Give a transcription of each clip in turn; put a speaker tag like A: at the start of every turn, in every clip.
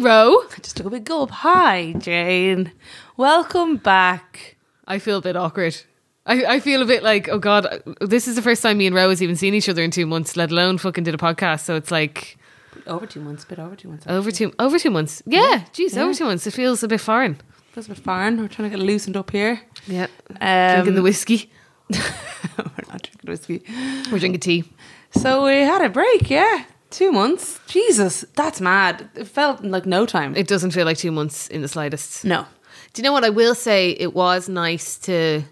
A: zero.
B: I just took a big gulp. Hi, Jane. Welcome back.
A: I feel a bit awkward. I, I feel a bit like, oh God, this is the first time me and Ro has even seen each other in two months, let alone fucking did a podcast. So it's like
B: Over two months, bit over two months. Oh,
A: over two over two months. Yeah, geez, over
B: Yeah.
A: two months. It feels a bit foreign.
B: Feels a bit foreign. We're trying to get loosened up here.
A: Yeah.
B: Um,
A: drinking the whiskey.
B: we're not drinking whiskey.
A: We're drinking tea.
B: So we had a break, yeah. Two months. Jesus, that's mad. It felt in, like no time.
A: It doesn't feel like two months in the slightest.
B: no.
A: Do you know what I will say? It was nice to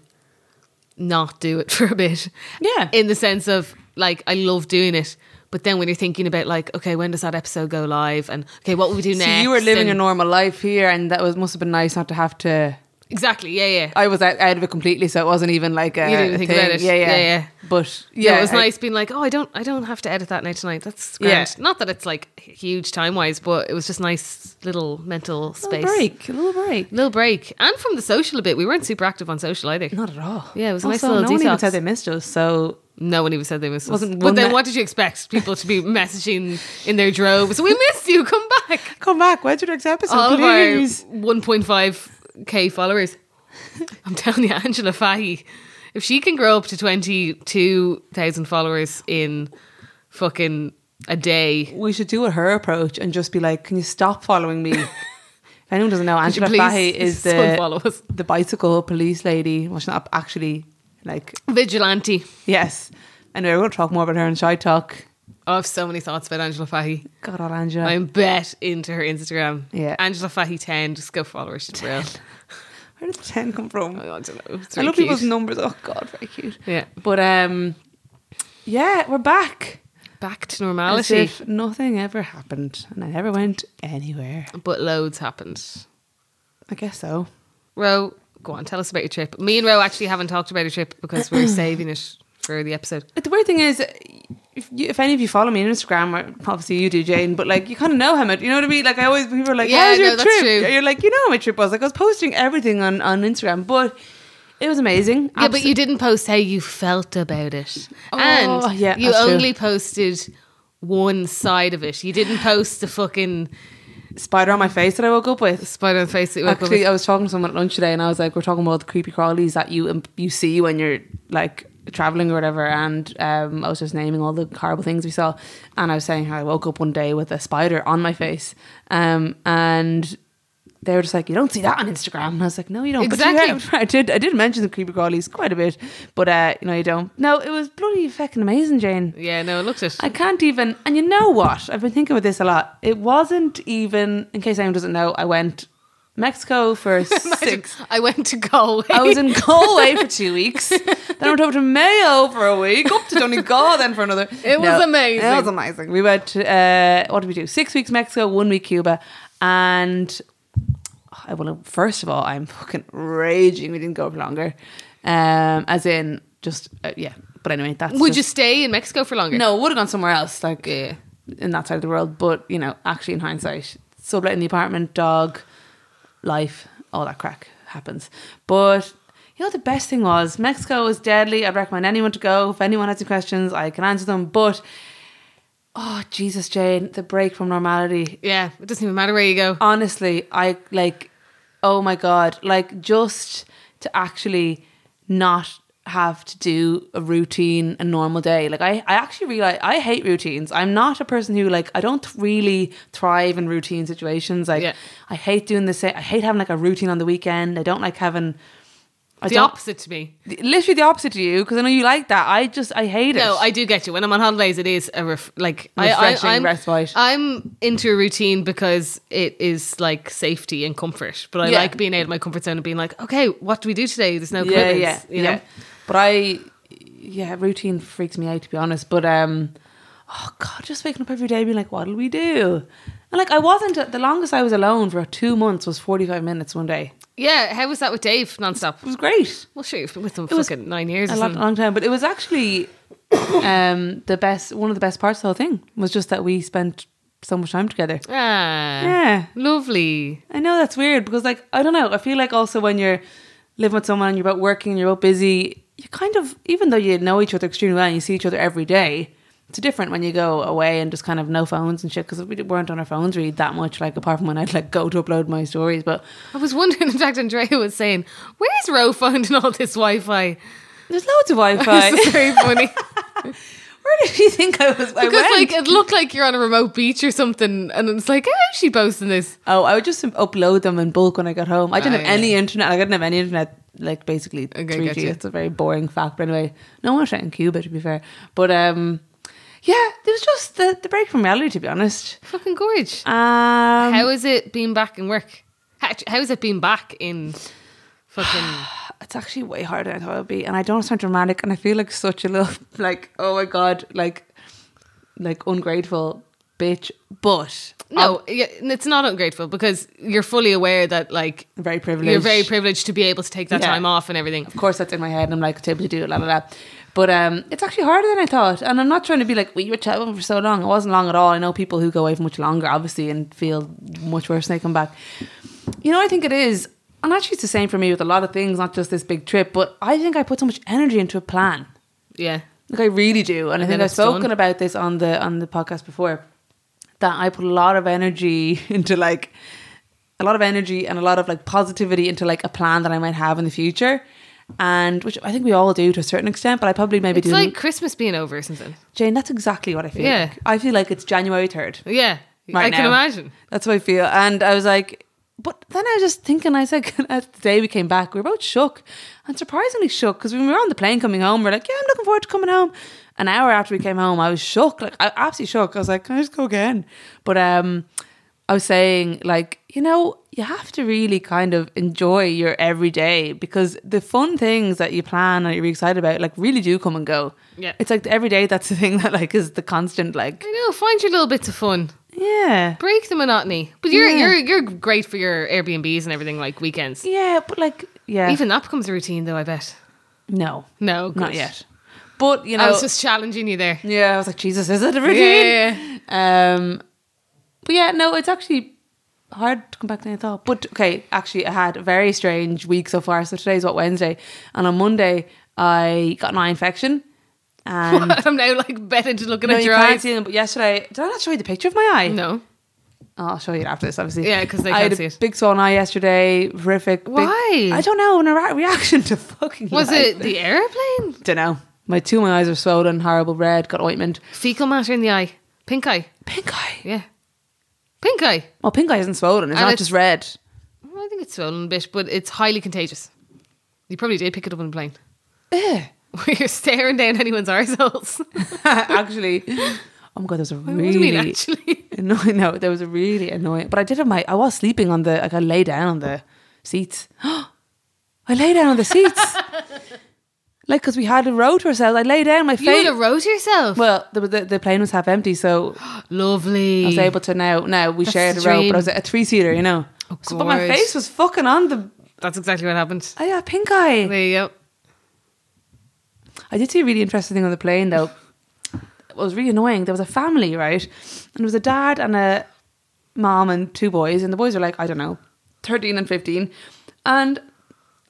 A: not do it for a bit.
B: Yeah.
A: In the sense of like I love doing it. But then when you're thinking about like, okay, when does that episode go live? And okay, what will we do
B: so
A: next?
B: you were living a
A: and,
B: normal life here, and that was must have been nice not to have to.
A: Exactly, yeah, yeah.
B: I was out, out of it completely, so it wasn't even like a
A: You didn't even
B: a
A: think
B: thing.
A: about it.
B: Yeah, yeah,
A: Yeah, yeah.
B: But
A: yeah,
B: yeah,
A: it was
B: I-
A: nice being like, oh, I don't, I don't have to edit that now tonight. That's grand.
B: Yeah.
A: Not that it's like huge time wise, but it was just nice little mental
B: Little
A: space,
B: break, a little break.
A: little break, and from the social a bit. We weren't super active on social either.
B: Not at all.
A: Yeah, it was a nice
B: also,
A: little
B: no one even
A: detox.
B: said they missed us, so
A: No one even said they missed
B: Wasn't
A: us.
B: one
A: But then,
B: me-
A: what did you expect? People to be messaging in their droves. We missed you. Come back.
B: come back. When's your next episode,
A: All
B: please?
A: of our 1.5k followers. I'm telling you, Angela Fahey, if she can grow up to 22,000 followers in fucking a day.
B: We should do a her approach and just be like, "Can you stop following me?" if anyone doesn't know,
A: Could you
B: Angela
A: please
B: Fahey is
A: just
B: the
A: unfollow us.
B: the bicycle police lady. Well, she's not actually like
A: Vigilante.
B: yes. Anyway, we'll talk more about her in shy talk.
A: Oh, I have so many thoughts about Angela Fahey.
B: God, all Angela.
A: I'm bet into her Instagram.
B: Yeah.
A: Angela Fahey 10. Just go follow her. She's real. Oh,
B: Where did the ten come from?
A: I don't know. It's
B: I
A: really
B: love
A: cute.
B: people's numbers. Oh God, very cute.
A: Yeah.
B: But um, yeah, we're back.
A: Back to
B: As
A: normality.
B: if nothing ever happened and I never went anywhere.
A: But loads happened.
B: I guess so.
A: Ro, go on. Tell us about your trip. Me and Ro actually haven't talked about your trip because we're saving it for the episode.
B: But the weird thing is, if, you, if any of you follow me on Instagram, or obviously you do, Jane, but like you kind of know how much, you know what I mean? Like I always, people are like,
A: Yeah,
B: "How's your
A: no, that's
B: trip?"
A: true.
B: You're like, you know how my trip was. Like I was posting everything on on Instagram, but it was amazing.
A: Yeah, but you didn't post how you felt about it.
B: Oh,
A: and
B: yeah,
A: you
B: that's true.
A: only posted one side of it. You didn't post the fucking
B: Absolute spider on my face that I woke up with.
A: spider on the face that you woke up
B: Actually,
A: with.
B: I was talking to someone at lunch today, and I was like, "We're talking about the creepy crawlies that you um, you see when you're like traveling or whatever." And um, I was just naming all the horrible things we saw, and I was saying how I woke up one day with a spider on my face, um, and they were just like, "You don't see that on Instagram." And I was like, "No, you don't." But you
A: Exactly.
B: have- I did. I did mention the creepy crawlies quite a bit, but uh, you know, you don't. No, it was bloody fucking amazing, Jane.
A: Yeah, no, it looked it.
B: I can't even. And you know what? I've been thinking about this a lot. It wasn't even. In case anyone doesn't know, I went Mexico for six. Oh,
A: I went to Galway.
B: I was in Galway for two weeks. then I went over to Mayo for a week. Up to Donegal then for another.
A: It was amazing.
B: It was amazing. We went to uh, what did we do? Six weeks Mexico, one week Cuba, and I want to. First of all, I'm fucking raging. We didn't go for longer, um, as in just uh, yeah. But anyway, that's
A: Would
B: just-
A: you stay in Mexico for longer?
B: no, would have gone somewhere else, like uh, in that side of the world. But you know, actually, in hindsight, subletting the apartment, dog, life, all that crack happens. But you know, the best thing was Mexico is deadly. I'd recommend anyone to go. If anyone has any questions, I can answer them. But oh Jesus, Jane, the break from normality.
A: Yeah, it doesn't even matter where you go.
B: Honestly, I like. Oh my god! Like just to actually not have to do a routine a normal day like i i actually realize i hate routines i'm not a person who like i don't really thrive in routine situations like
A: Yeah.
B: i hate doing the same i hate having like a routine on the weekend i don't like having i
A: the
B: don't
A: opposite to me.
B: literally the opposite to you because i know you like that i just i hate
A: No,
B: it
A: I do get you. When I'm on holidays, it is a ref- like
B: Refreshing
A: I, I, I'm,
B: respite.
A: I'm into a routine because it is like safety and comfort. But I
B: Yeah.
A: like being out of my comfort zone and being like, okay, what do we do today? There's no
B: yeah,
A: commitments.
B: yeah,
A: you
B: yeah.
A: know.
B: But I, yeah, routine freaks me out to be honest. But um, oh god, just waking up every day being like, what'll we do? And like, I wasn't uh, the longest I was alone for two months was forty five minutes one day.
A: Yeah, how was that with Dave nonstop?
B: It was great,
A: Well, sure, you've been with him
B: was
A: fucking nine years.
B: a
A: or
B: lot,
A: something.
B: long time, but it was actually um the best. One of the best parts of the whole thing was just that we spent so much time together.
A: Ah,
B: Yeah.
A: lovely.
B: I know that's weird because, like, I don't know. I feel like also when you're living with someone and you're about working and you're about busy, you kind of, even though you know each other extremely well and you see each other every day, it's different when you go away and just kind of no phones and shit because we weren't on our phones really that much. Like apart from when I'd like go to upload my stories, but
A: I was wondering, in fact, Andrea was saying, where's Ro finding all this Wi Fi?
B: there's loads of Wi-Fi.
A: It's very funny.
B: Where did you think I was? I
A: Because,
B: went?
A: like, it looked like you're on a remote beach or something, and it's like, how is she posting this?
B: oh, I would just upload them in bulk when I got home. I didn't
A: Ah,
B: have
A: yeah.
B: any internet. Like, I didn't have any internet. Like basically
A: Okay,
B: 3G.
A: gotcha.
B: It's a very boring fact, but anyway, no one shot in Cuba to be fair. But um, yeah, it was just the, the break from reality. To be honest,
A: Fucking gorge.
B: um,
A: how is it being back in work? How, how is it being back in fucking.
B: it's actually way harder than I thought it would be, and I don't sound dramatic, and I feel like such a little like oh my god, like like ungrateful bitch. But
A: No, yeah, it's not ungrateful because you're fully aware that, like,
B: I'm very privileged.
A: you're very privileged to be able to take that
B: Yeah.
A: time off and everything.
B: of course that's in my head and I'm like it's able to do it, la la la. But um it's actually harder than I thought. And I'm not trying to be like, we were traveling for so long. It wasn't long at all. I know people who go away for much longer, obviously, and feel much worse when they come back. You know, I think it is and actually it's the same for me with a lot of things, not just this big trip, but I think I put so much energy into a plan.
A: Yeah.
B: Like I really do, and, I
A: And
B: think
A: then
B: I've
A: it's done.
B: spoken about this on the on the podcast before. That I put a lot of energy into like a lot of energy and a lot of like positivity into like a plan that I might have in the future, and which I think we all do to a certain extent. But I probably maybe
A: It's
B: do.
A: like Christmas being over or something.
B: Jane, that's exactly what I feel.
A: Yeah.
B: like. I feel like it's January third.
A: Yeah.
B: Right
A: I can
B: now.
A: imagine.
B: That's what I feel. And I was like, but then I was just thinking, I was like, the day we came back, we were both shook and surprisingly shook because when we were on the plane coming home, we are like, yeah, I'm looking forward to coming home. An hour after we came home, I was shook, like, I absolutely shook. I was like, can I just go again? But um, I was saying, like, you know, you have to really kind of enjoy your everyday because the fun things that you plan and you're excited about, like, really do come and go.
A: Yeah.
B: It's like the everyday, that's the thing that, like, is the constant, like,
A: I know. Find your little bits of fun.
B: yeah.
A: break the monotony. But you're
B: Yeah.
A: you're you're great for your Airbnbs and everything like weekends.
B: Yeah, but like, yeah.
A: Even that becomes a routine, though. I bet.
B: No,
A: No, good.
B: not yet. But you know,
A: I was just challenging you there.
B: yeah, I was like, Jesus, is it a routine?
A: Yeah,
B: Um, but yeah, no, it's actually hard to come back to I thought. But okay, actually, I had a very strange week so far. So today's what Wednesday, and on Monday I got an eye infection. And
A: I'm now like better to looking
B: no,
A: at
B: you
A: your
B: can't
A: eyes.
B: see them. But yesterday, did I not show you the picture of my eye?
A: No,
B: Oh, I'll show you it after this, obviously.
A: Yeah, 'cause they
B: I
A: can't
B: had a
A: see it.
B: Big swollen eye yesterday. Horrific. big-
A: Why?
B: I don't know. An erratic reaction to fucking.
A: was
B: life.
A: it the airplane?
B: Don't know. My two of my eyes are swollen, horrible red, got ointment.
A: Fecal matter in the eye, pink eye.
B: Pink eye.
A: Yeah, pink eye.
B: Well, pink eye isn't swollen. It's
A: And
B: not
A: it's-
B: just red.
A: Well, I think it's swollen a bit, but it's highly contagious. You probably did pick it up on a plane. Eh.
B: Ugh.
A: Where you're staring down anyone's arseholes.
B: actually, oh my god, there was a
A: What do you mean,
B: really
A: actually?
B: annoying. No, there was a really annoying. But I did have my. I was sleeping on the. Like I lay down on the seats. I lay down on the seats. like because we had a row to ourselves. I lay down. My
A: You would
B: face.
A: have wrote yourself.
B: well, the, the the plane was half empty, so
A: Lovely.
B: I was able to now. Now we
A: That's
B: shared a
A: the
B: row, but
A: dream.
B: I was a three seater, you know.
A: Oh,
B: so, but my
A: gorge.
B: face was fucking on the.
A: That's exactly what happened.
B: I had pink eye.
A: There you go.
B: I did see a really interesting thing on the plane though. It was really annoying. There was a family, right? And there was a dad and a mom and two boys, and the boys were like, I don't know, 13 and 15. And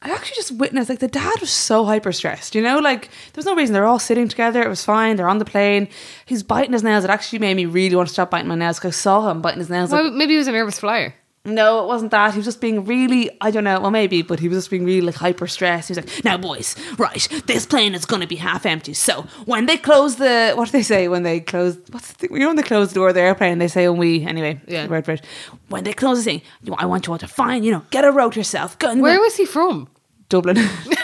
B: I actually just witnessed like the dad was so hyper stressed, you know, like there was no reason. They're all sitting together, it was fine, they're on the plane. He's biting his nails. It actually made me really want to stop biting my nails because I saw him biting his nails. Like,
A: Well, maybe he was a nervous flyer.
B: no, it wasn't that. He was just being really, I don't know, well, maybe, but he was just being really like hyper stressed. He was like, now, boys, right, this plane is going to be half empty. So when they close the, what do they say when they close, what's the thing? You know, when they close the door of the airplane, they say, when we, anyway,
A: Yeah.
B: word for it. When they close the thing, you- I want you all to find, you know, get a road yourself. Go and
A: Where was he from?
B: Dublin.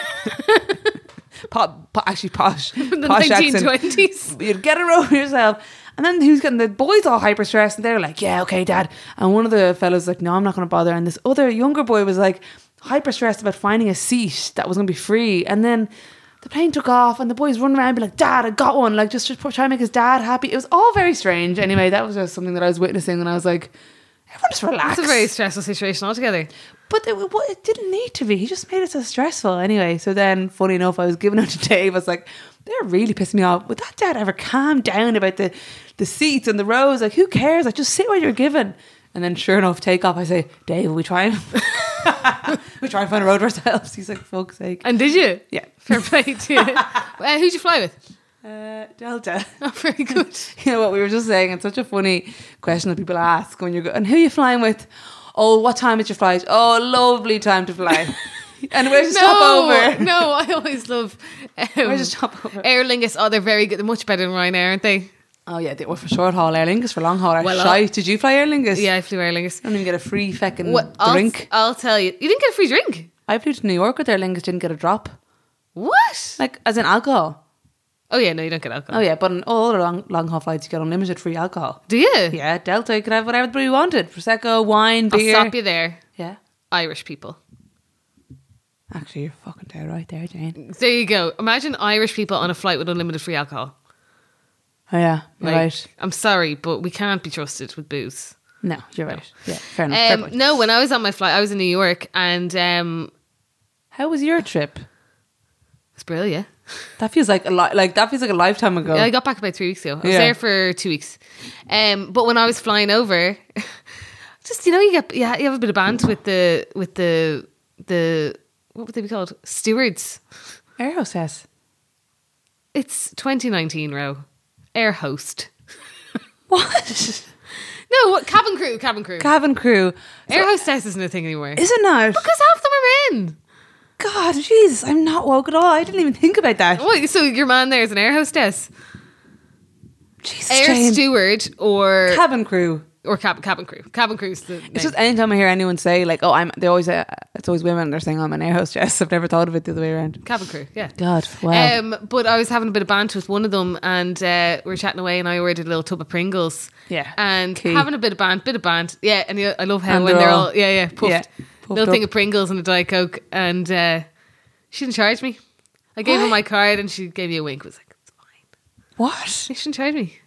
B: pop, po- actually, posh.
A: In the
B: posh accent
A: 1920s.
B: you'd get it over yourself. And then who's getting the boys all hyper stressed and they're like, Yeah, okay, dad. And one of the fellows like, No, I'm not gonna bother. And this other younger boy was like hyper stressed about finding a seat that was gonna be free. And then the plane took off and the boys running around and be like, Dad, I got one, like just to try and make his dad happy. It was all very strange. Anyway, that was just something that I was witnessing and I was like, Everyone just relax.
A: That's a very stressful situation altogether.
B: But it, it- it didn't need to be. He just made it so stressful anyway. So then, funny enough, I was giving out to Dave. I was like, they're really pissing me off. Would that dad ever calm down about the, the seats and the rows? Like, who cares? Like, just sit where you're given. And then, sure enough, take off. I say, Dave, we try and we try and find a road for ourselves. He's like, fuck's sake.
A: And did you?
B: Yeah.
A: Fair play to you. uh, who'd you fly with?
B: Uh, Delta.
A: Not very good.
B: you know what we were just saying? It's such a funny question that people ask when you go, and who are you flying with? Oh, what time is your flight? Oh, lovely time to fly. and where to stop over?
A: no, I always love um,
B: Where to stop over?
A: Aer Lingus. Oh, they're very good. They're much better than Ryanair, aren't they?
B: Oh yeah, they were for short haul Aer Lingus, for long haul. Aer-
A: Well,
B: Shy,
A: I-
B: did you fly Aer Lingus?
A: Yeah, I flew Aer Lingus.
B: I don't even get a free feckin'
A: What- I'll,
B: Mm, drink.
A: I'll tell you. You didn't get a free drink.
B: I flew to New York with Aer Lingus, didn't get a drop.
A: What?
B: Like, as in alcohol.
A: Oh yeah, no, you don't get alcohol.
B: Oh yeah, but on all the long, long haul flights, you get unlimited free alcohol.
A: Do you?
B: Yeah, Delta, you could have whatever you wanted. Prosecco, wine,
A: I'll
B: beer.
A: stop you there.
B: Yeah.
A: Irish people.
B: Actually, you're fucking dead right there, Jane.
A: There you go. Imagine Irish people on a flight with unlimited free alcohol.
B: Oh yeah, you're
A: Like,
B: right.
A: I'm sorry, but we can't be trusted with booze.
B: No, you're right. Yeah, fair enough. fair
A: Um,
B: point.
A: no, when I was on my flight, I was in New York and um,
B: How was your trip?
A: it's brilliant.
B: That feels like a li- like that feels like a lifetime ago.
A: Yeah, I got back about three weeks ago. I was
B: Oh. Yeah.
A: there for two weeks. Um, but when I was flying over, just you know, you get yeah, you have a bit of band with the with the the what would they be called stewards.
B: Air hostess.
A: It's 2019, row air host.
B: What?
A: No, what cabin crew, cabin crew.
B: Cabin crew.
A: air hostess isn't a thing anymore
B: Is it not?
A: because half them are men.
B: God, jeez, I'm not woke at all. I didn't even think about that.
A: Well, so your man there is an air hostess,
B: Jesus,
A: air
B: Jane.
A: steward, or
B: cabin crew.
A: or cab, cabin crew. Cabin crew's the name.
B: It's just anytime I hear anyone say like, "Oh, I'm," they always uh, it's always women. They're saying, "Oh, "I'm an air hostess." I've never thought of it the other way around.
A: cabin crew. Yeah.
B: God, wow.
A: Um, but I was having a bit of banter with one of them, and uh, we were chatting away, and I ordered a little tub of Pringles.
B: Yeah.
A: and
B: Key.
A: having a bit of band, bit of band. Yeah, and yeah, I love how
B: And
A: when
B: they're
A: they're
B: all-
A: all, yeah, yeah, puffed.
B: Yeah, puffed
A: little thing
B: up.
A: of Pringles and a diet coke, and uh, she didn't charge me. I gave her my card, and she gave me a wink. Was like, it's fine.
B: what?
A: She shouldn't charge me.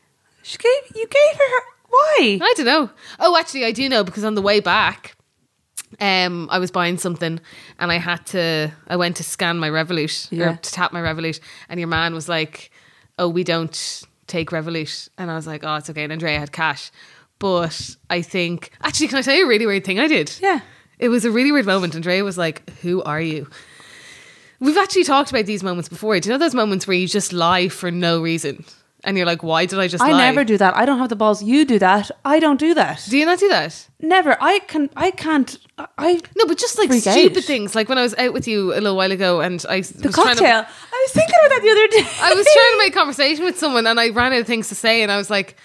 B: She gave you gave her why?
A: I don't know. Oh, actually, I do know because on the way back, um, I was buying something and I had to. I went to scan my Revolut
B: Yeah.
A: or to tap my Revolut, and your man was like, "Oh, we don't take Revolut," and I was like, "Oh, it's okay." And Andrea had cash, but I think actually, can I tell you a really weird thing I did?
B: Yeah.
A: It was a really weird moment. Andrea was like, Who are you? We've actually talked about these moments before. Do you know those moments where you just lie for no reason? And you're like, Why did I just
B: I
A: lie?
B: never do that. I don't have the balls. You do that. I don't do that.
A: Do you not do that?
B: Never. I can. I can't. I- I
A: No, but just like
B: Freak out.
A: stupid things. Like when I was out with you a little while ago and I
B: the
A: was
B: cocktail.
A: trying to
B: I was thinking about that the other day.
A: I was trying to make conversation with someone and I ran out of things to say and I was like,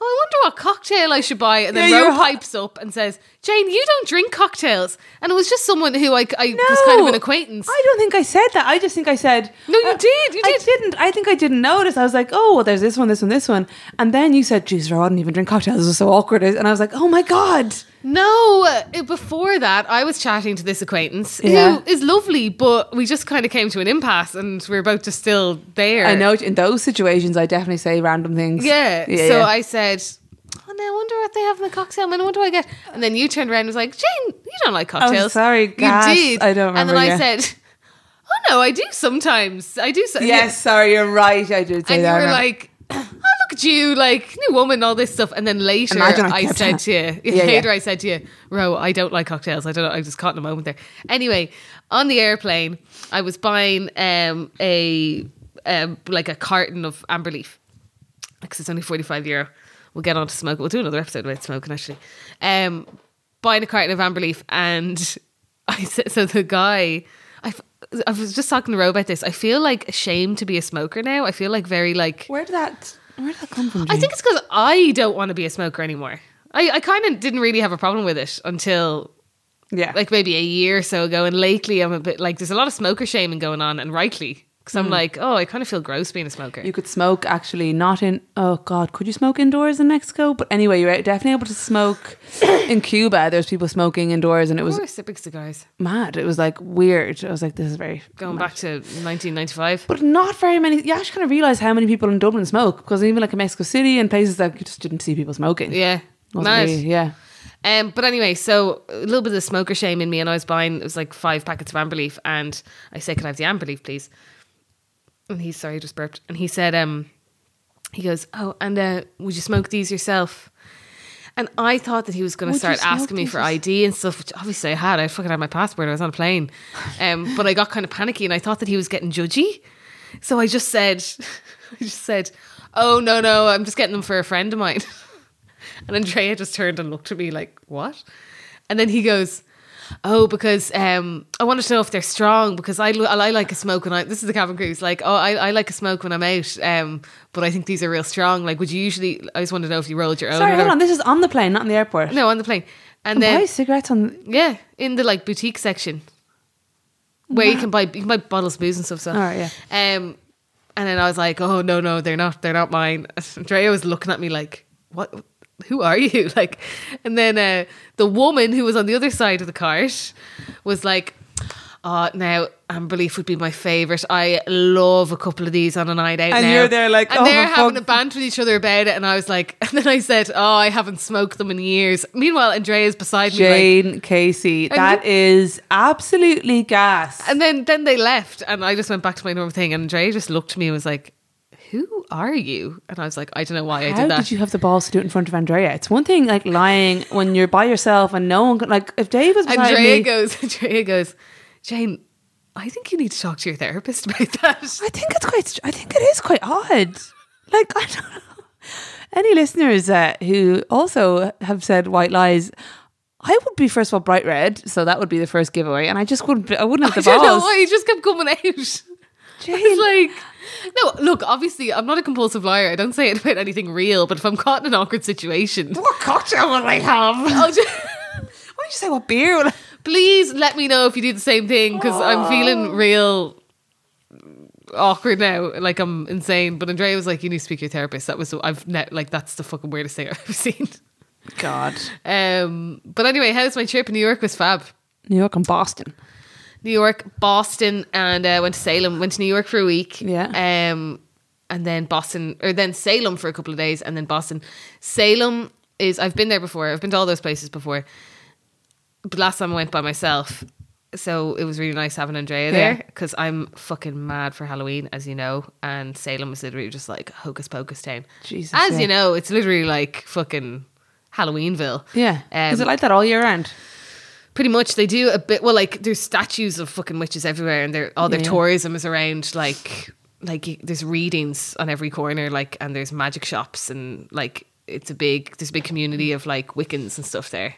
A: Oh, I wonder what cocktail I should buy. And then
B: Yeah,
A: Ro
B: you're hot.
A: pipes up and says, Jane, you don't drink cocktails. And it was just someone who I, I was kind of an acquaintance.
B: I don't think I said that. I just think I said. uh,
A: No, you did, you
B: I
A: did.
B: didn't. I think I didn't notice. I was like, oh, well, there's this one, this one, this one. And then you said, Jesus, I wouldn't even drink cocktails. This was so awkward. And I was like, oh my God.
A: No, uh, before that, I was chatting to this acquaintance
B: Yeah.
A: who is lovely, but we just kind of came to an impasse and we're both just still there.
B: I know in those situations, I definitely say random things.
A: Yeah.
B: Yeah,
A: so
B: yeah.
A: I said, Oh, no, I wonder what they have in the cocktail menu. What do I get? And then you turned around and was like, Jane, you don't like cocktails.
B: sorry, gosh,
A: You did.
B: I don't
A: And then
B: remember,
A: I
B: yeah.
A: said, Oh, no, I do sometimes. I do. So-
B: Yes, sorry, you're right. I did say
A: And you
B: that. I
A: were
B: remember.
A: like, Oh, look at you, like, new woman, all this stuff. And then later,
B: Imagine I
A: I,
B: kept
A: said
B: that.
A: to you,
B: Yeah, yeah.
A: later, I said to you, Ro, I don't like cocktails. I don't know. I just caught in a moment there. Anyway, on the airplane, I was buying um, a, um, like a carton of amber leaf because it's only 45 euro. We'll get on to smoke. We'll do another episode about smoking actually. Um, buying a carton of Amberleaf, and I said, so the guy, I, f- I was just talking to Ro about this. I feel like ashamed to be a smoker now. I feel like very like,
B: where did that, where did that come from?
A: I
B: Jane?
A: think it's because I don't want to be a smoker anymore. I, I kind of didn't really have a problem with it until
B: yeah.
A: like maybe a year or so ago. And lately, I'm a bit like, there's a lot of smoker shaming going on, and rightly. Because
B: Hmm.
A: I'm like, oh, I kind of feel gross being a smoker.
B: You could smoke actually not in. Oh God, could you smoke indoors in Mexico? But anyway, you're definitely able to smoke in Cuba. There's people smoking indoors, and it was
A: Or sipping cigars.
B: mad. It was like weird. I was like, this is very
A: Going back to 1995.
B: But not very many. You actually kind of realize how many people in Dublin smoke because even like in Mexico City and places that you just didn't see people smoking.
A: Yeah.
B: Wasn't
A: Mad.
B: really- yeah.
A: Um, but anyway, so a little bit of the smoker shame in me, and I was buying, it was like five packets of Amberleaf, and I said, Can I have the Amberleaf, please? And he's sorry, I just burped. And he said, um, He goes, Oh, and uh, would you smoke these yourself? And I thought that he was going
B: Would
A: to
B: you
A: start
B: smoke
A: asking me
B: these
A: for
B: yourself?
A: ID and stuff, which obviously I had. I fucking had my passport. I was on a plane. Um, but I got kind of panicky and I thought that he was getting judgy. So I just said, I just said, "Oh no, no, I'm just getting them for a friend of mine." And Andrea just turned and looked at me like, "What?" And then he goes, "Oh, because um, I wanted to know if they're strong because I l- I like a smoke when I this is the cabin crew. He's like, "Oh, I, I like a smoke when I'm out, um, but I think these are real strong. Like, would you usually? I just want to know if you rolled your own."
B: Sorry,
A: or
B: hold
A: not."
B: on. This is on the plane, not in the airport.
A: No, on the plane, and
B: You
A: then
B: buy cigarettes on.
A: yeah, in the like boutique section where you can buy you can buy bottles of booze and stuff. So,
B: All right, yeah.
A: Um, and then I was like, oh no, no, they're not, they're not mine. Andrea was looking at me like, what? Who are you? Like, and then uh, the woman who was on the other side of the cart was like. Oh, now Amberleaf would be my favorite. I love a couple of these on a night out.
B: And
A: now."
B: you're there like,
A: and
B: "Oh,
A: they're
B: for
A: having
B: fuck's
A: a banter with each other about it. And I was like, and then I said, oh, I haven't smoked them in years. Meanwhile, Andrea's beside me, like,
B: Jane Casey. That is absolutely gas.
A: And then then they left, and I just went back to my normal thing. And Andrea just looked at me and was like, "Who are you?" And I was like, "I don't know why I
B: How
A: did that."
B: you have the balls to do it in front of Andrea? It's one thing like lying when you're by yourself and no one. Can, like if Dave was beside
A: Andrea
B: me,
A: goes, Andrea goes, Jane, I think you need to talk to your therapist about that.
B: I think it's quite. str- I think it is quite odd. Like I don't know. Any listeners uh, who also have said white lies, I would be first of all bright red, so that would be the first giveaway, and I just wouldn't. be- I wouldn't
A: I
B: have the
A: don't know
B: balls.
A: why he just kept coming out.
B: Jane,
A: It's like, no, look, obviously, I'm not a compulsive liar. I don't say it about anything real, but if I'm caught in an awkward situation,
B: what cocktail would I have? Why
A: I'll just,
B: don't you say what beer? Would I-
A: please let me know if you do the same thing because I'm feeling real awkward now. Like I'm insane. But Andrea was like, "You need to speak to your therapist." That was so I've ne- like that's the fucking weirdest thing I've ever seen.
B: God,
A: Um, but anyway, how's my trip in New York? Was fab.
B: New York and Boston.
A: New York, Boston, and uh, went to Salem. Went to New York for a week.
B: Yeah.
A: Um, and then Boston, or then Salem for a couple of days, and then Boston. Salem is I've been there before. I've been to all those places before, but last time I went by myself, so it was really nice having Andrea there
B: Yeah.
A: because I'm fucking mad for Halloween, as you know. And Salem is literally just like hocus pocus town.
B: Jesus,
A: as
B: yeah.
A: you know, it's literally like fucking Halloweenville.
B: Yeah,
A: Um,
B: is it like that all year round?
A: Pretty much, they do a bit. Well, like there's statues of fucking witches everywhere, and their all their
B: Yeah, yeah.
A: tourism is around. Like, like you- there's readings on every corner. Like, and there's magic shops, and like it's a big there's a big community of like Wiccans and stuff there,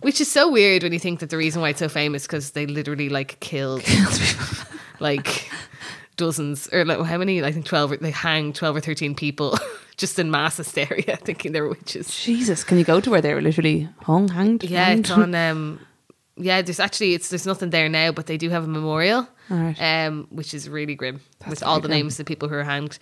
A: which is so weird when you think that the reason why it's so famous because they literally like killed like dozens or like, how many? I think twelve. or- They hanged twelve or thirteen people just in mass hysteria, thinking they were witches.
B: Jesus, can you go to where they were literally hung, hanged?
A: Yeah,
B: hanged?
A: it's on. Um, yeah, there's actually it's there's nothing there now, but they do have a memorial,
B: All right.
A: um, which is really grim with
B: pretty
A: all the
B: grim.
A: names of the people who are hanged.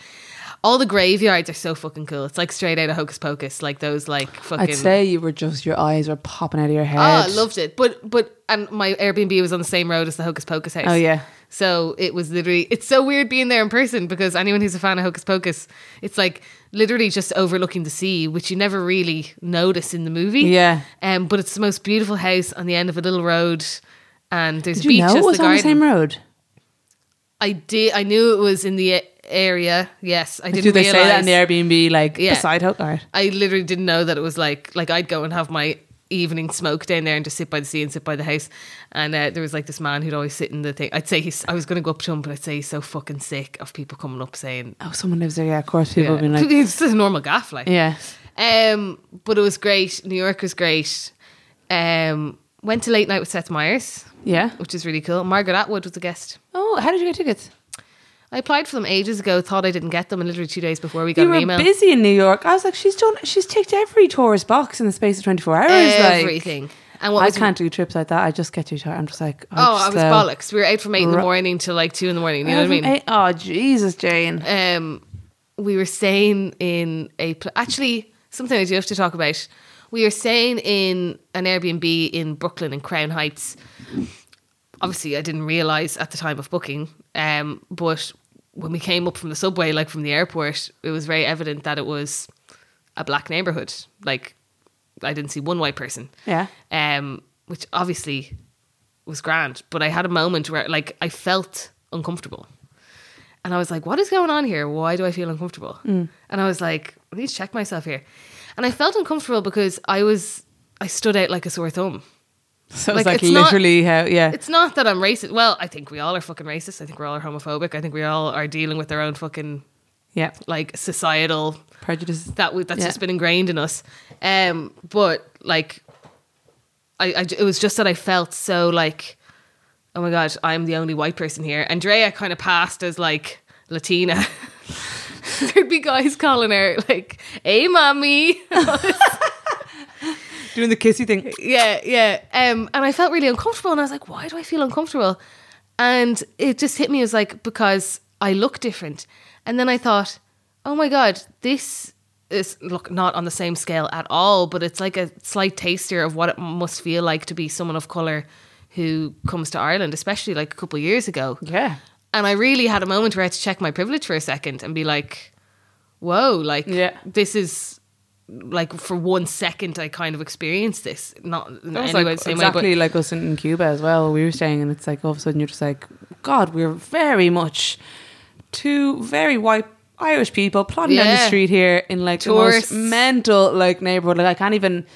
A: All the graveyards are so fucking cool. It's like straight out of Hocus Pocus, like those like fucking.
B: I'd say you Ah, were just your eyes were popping out of your head.
A: Oh, I loved it. But but and my Airbnb was on the same road as the Hocus Pocus house.
B: Oh, yeah.
A: So it was literally it's so weird being there in person because anyone who's a fan of Hocus Pocus, it's like literally just overlooking the sea, which you never really notice in the movie.
B: Yeah.
A: Um, but it's the most beautiful house on the end of a little road and there's
B: Did you
A: beaches.
B: know it was
A: the
B: on
A: garden.
B: the same road?
A: I did I knew it was in the a- area. Yes. I didn't
B: Do they
A: realize
B: say that in the Airbnb, like
A: Yeah.
B: beside Hook? All right.
A: I literally didn't know that it was like like I'd go and have my evening smoke down there and just sit by the sea and sit by the house. And uh, there was like this man who'd always sit in the thing. I'd say he's I was going to go up to him, but I'd say he's so fucking sick of people coming up saying
B: Oh, someone lives there. Yeah, of course. People
A: yeah.
B: have been like,
A: it's just a normal gaff like.
B: yeah.
A: Um, but it was great. New York was great. Um, went to late night with Seth Meyers,
B: Yeah.
A: which is really cool. Margaret Atwood was a guest.
B: Oh, how did you get tickets?
A: I applied for them ages ago, thought I didn't get them, and literally two days before we got
B: You
A: an
B: were
A: email.
B: busy in New York. I was like, she's done, she's ticked every tourist box in the space of 24 hours. Like,
A: Everything. and what
B: I
A: was
B: can't do trips like that. I just get too tired. I'm just like, I'm
A: Oh, I
B: just
A: was
B: slow.
A: bollocks. We were out from eight in the
B: Ru-
A: morning till like two in the morning. You
B: Oh,
A: know what I
B: from
A: mean?
B: eight- Oh, Jesus, Jane.
A: Um, we were staying in a pl- actually something I do have to talk about. We were staying in an Airbnb in Brooklyn in Crown Heights. Obviously, I didn't realize at the time of booking, um, but when we came up from the subway, like from the airport, it was very evident that it was a black neighborhood. Like, I didn't see one white person
B: Yeah.
A: um, which obviously was grand. But I had a moment where, like, I felt uncomfortable, and I was like, "What is going on here? Why do I feel uncomfortable?" And I was like, "I need to check myself here," and I felt uncomfortable because I was I stood out like a sore thumb.
B: So
A: Like,
B: it's like
A: it's not-
B: literally how, yeah.
A: It's not that I'm racist. Well, I think we all are fucking racist. I think we all are homophobic. I think we all are dealing with their own fucking
B: Yeah.
A: like societal
B: Prejudice.
A: that we, that's
B: Yeah.
A: just been ingrained in us. Um, but like, I, I j- it was just that I felt so like, oh my god, I'm the only white person here. Andrea kind of passed as like Latina. There'd be guys calling her like, "Hey, mommy."
B: Doing the kissy thing.
A: yeah, yeah. Um, and I felt really uncomfortable, and I was like, why do I feel uncomfortable? And it just hit me as like because I look different. And then I thought, oh my god, this is look not on the same scale at all, but it's like a slight taster of what it must feel like to be someone of color who comes to Ireland, especially like a couple of years ago.
B: Yeah.
A: And I really had a moment where I had to check my privilege for a second and be like, whoa, like,
B: Yeah.
A: this is like for one second I kind of experienced this. Not in
B: That was
A: any
B: like
A: way the same
B: exactly
A: way,
B: like us in, in Cuba as well. We were staying, and it's like all of a sudden you're just like, God, we're very much two very white Irish people plodding down the
A: Yeah.
B: street here in like
A: Tourists.
B: the most mental like neighborhood. Like I can't even.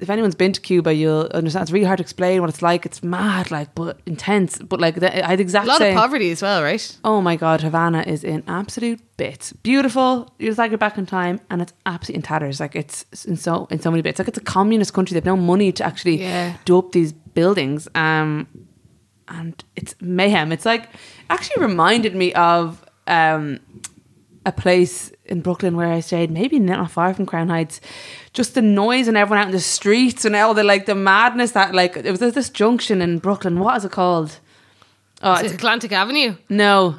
B: If anyone's been to Cuba, you'll understand. It's really hard to explain what it's like. It's mad, like but intense. But like the, I had the
A: but
B: exact
A: a lot
B: same.
A: of poverty as well, right?
B: Oh my God, Havana is in absolute bits. Beautiful. You're just like you're back in time, and it's absolutely in tatters. Like it's in so in so many bits. Like it's a communist country. They've no money to actually
A: Yeah.
B: do up these buildings. Um, and it's mayhem. It's like actually reminded me of um a place in Brooklyn where I stayed, maybe not far from Crown Heights. Just the noise and everyone out in the streets and all the like the madness that like it was there's this junction in Brooklyn. What is it called? Oh,
A: It's Atlantic Avenue.
B: no,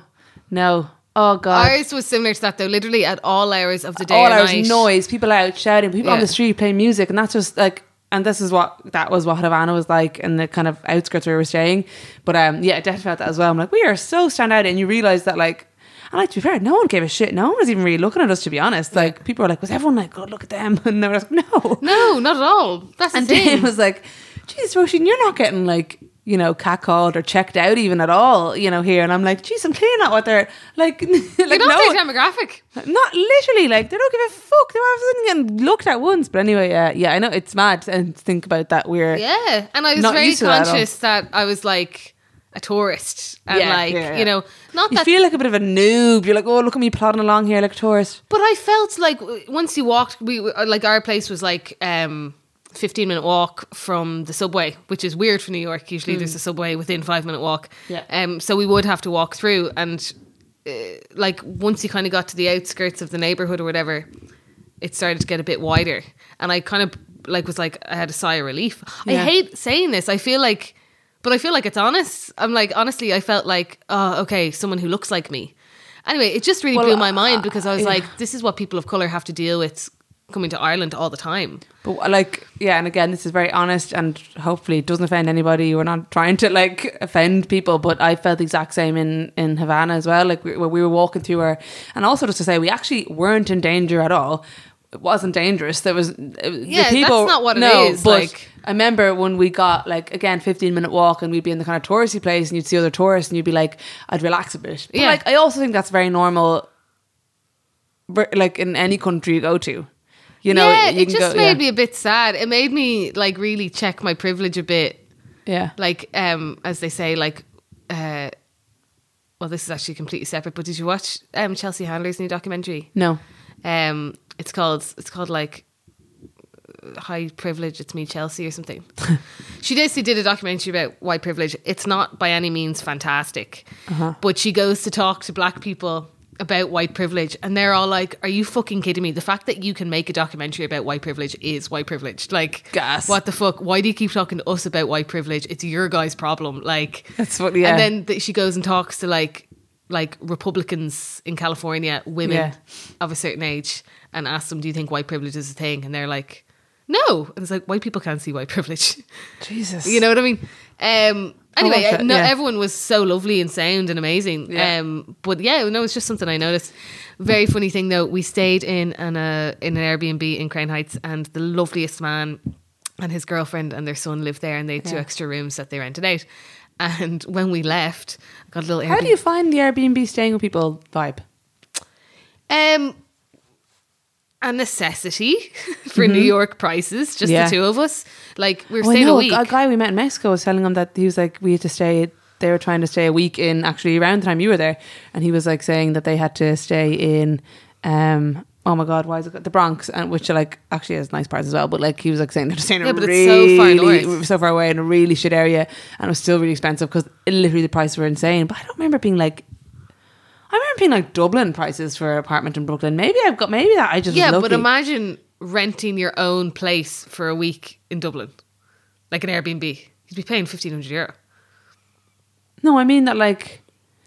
B: no. Oh God.
A: Ours was similar to that though, literally at all hours of the day.
B: All
A: or
B: hours
A: night.
B: noise, people out shouting, people on
A: Yeah.
B: the street playing music, and that's just like. And this is what that was what Havana was like in the kind of outskirts where we were staying. But um, yeah, I definitely felt that as well. I'm like, we are so stand out, and you realize that like. And like to be fair, no one gave a shit. No one was even really looking at us, to be honest. Like people were like, "Was everyone like, God, look at them?" And they were like, "No."
A: No, not at all. That's
B: And
A: the
B: Dave
A: thing.
B: was like, "Jeez, Roisin, you're not getting like you know catcalled or checked out even at all, you know here." And I'm like, "Jeez, I'm clearly not what they're like." like
A: You're
B: no
A: not
B: one-
A: their demographic.
B: not literally, like they don't give a fuck. They were all of a sudden getting looked at once. But anyway, uh, yeah, I know it's mad and to think about that. We're
A: Yeah, and I was
B: Not
A: very
B: used to that at all.
A: conscious that, I was like a tourist and
B: Yeah,
A: like
B: yeah, yeah.
A: you know, not
B: you
A: that
B: feel like a bit of a noob. You're like, oh, look at me plodding along here like a tourist.
A: But I felt like w- once you walked, we we- like our place was like um, fifteen minute walk from the subway, which is weird for New York. Usually, there's a subway within five minute walk.
B: Hmm. Yeah.
A: Um. So we would have to walk through, and uh, like once you kind of got to the outskirts of the neighborhood or whatever, it started to get a bit wider, and I kind of like was like I had a sigh of relief.
B: Yeah.
A: I hate saying this. I feel like. But I feel like it's honest. I'm like, honestly, I felt like, oh, okay, someone who looks like me. Anyway, it just really
B: Well,
A: blew my mind because I was
B: yeah.
A: like, this is what people of color have to deal with coming to Ireland all the time.
B: But like, yeah, and again, this is very honest and hopefully it doesn't offend anybody. We're not trying to like offend people, but I felt the exact same in in Havana as well. Like we, when we were walking through our, and also just to say, we actually weren't in danger at all. It wasn't dangerous. There was yeah,
A: that's not what it is,
B: But
A: like-
B: I remember when we got like again fifteen minute walk, and we'd be in the kind of touristy place, and you'd see other tourists, and you'd be like, I'd relax a bit. But
A: Yeah.
B: like I also think that's very normal ver- like in any country you go to. You know,
A: yeah,
B: you
A: it just
B: yeah.
A: made me a bit sad. It made me like really check my privilege a bit.
B: Yeah.
A: Like, um, as they say, like, uh, well, this is actually completely separate. But did you watch um, Chelsea Handler's new documentary?
B: No.
A: Um, it's called it's called like high privilege. It's me, Chelsea, or something. she basically did a documentary about white privilege. It's not by any means fantastic,
B: Uh-huh.
A: but she goes to talk to black people about white privilege, and they're all like, "Are you fucking kidding me? The fact that you can make a documentary about white privilege is white privilege. Like,
B: Gas.
A: What the fuck? Why do you keep talking to us about white privilege? It's your guys' problem. Like,
B: That's what- yeah.
A: And then th- she goes and talks to like like Republicans in California, women
B: Yeah.
A: of a certain age, and asks them, "Do you think white privilege is a thing?" And they're like, "No." And it's like white people can't see white privilege.
B: Jesus.
A: you know what I mean? Um. Anyway,
B: watch it,
A: no,
B: yeah.
A: everyone was so lovely and sound and amazing.
B: Yeah.
A: Um. But yeah, no, it's just something I noticed. Very funny thing though, we stayed in an uh, in an Airbnb in Crown Heights, and the loveliest man and his girlfriend and their son lived there, and they had two
B: Yeah.
A: extra rooms that they rented out. And when we left, got a little.
B: How do you find the Airbnb staying with people vibe?
A: Um, a necessity for New York prices, just
B: Mm-hmm. Yeah.
A: the two of us. Like we were
B: Oh, I
A: staying
B: know,
A: a week.
B: A guy we met in Mexico was telling him that he was like, we had to stay they were trying to stay a week in actually around the time you were there, and he was like saying that they had to stay in. Um, oh my god, why is it called- the Bronx? And which like actually has nice parts as well, but like he was like saying they're staying in
A: Yeah,
B: a
A: but it's
B: really
A: so far north.
B: so far away in a really shit area, and it was still really expensive because literally the prices were insane. But I don't remember it being like. I remember being like Dublin prices for an apartment in Brooklyn. Maybe I've got maybe that I just
A: Yeah,
B: was
A: but
B: lucky.
A: imagine renting your own place for a week in Dublin, like an Airbnb. You'd be paying fifteen hundred euro.
B: No, I mean that like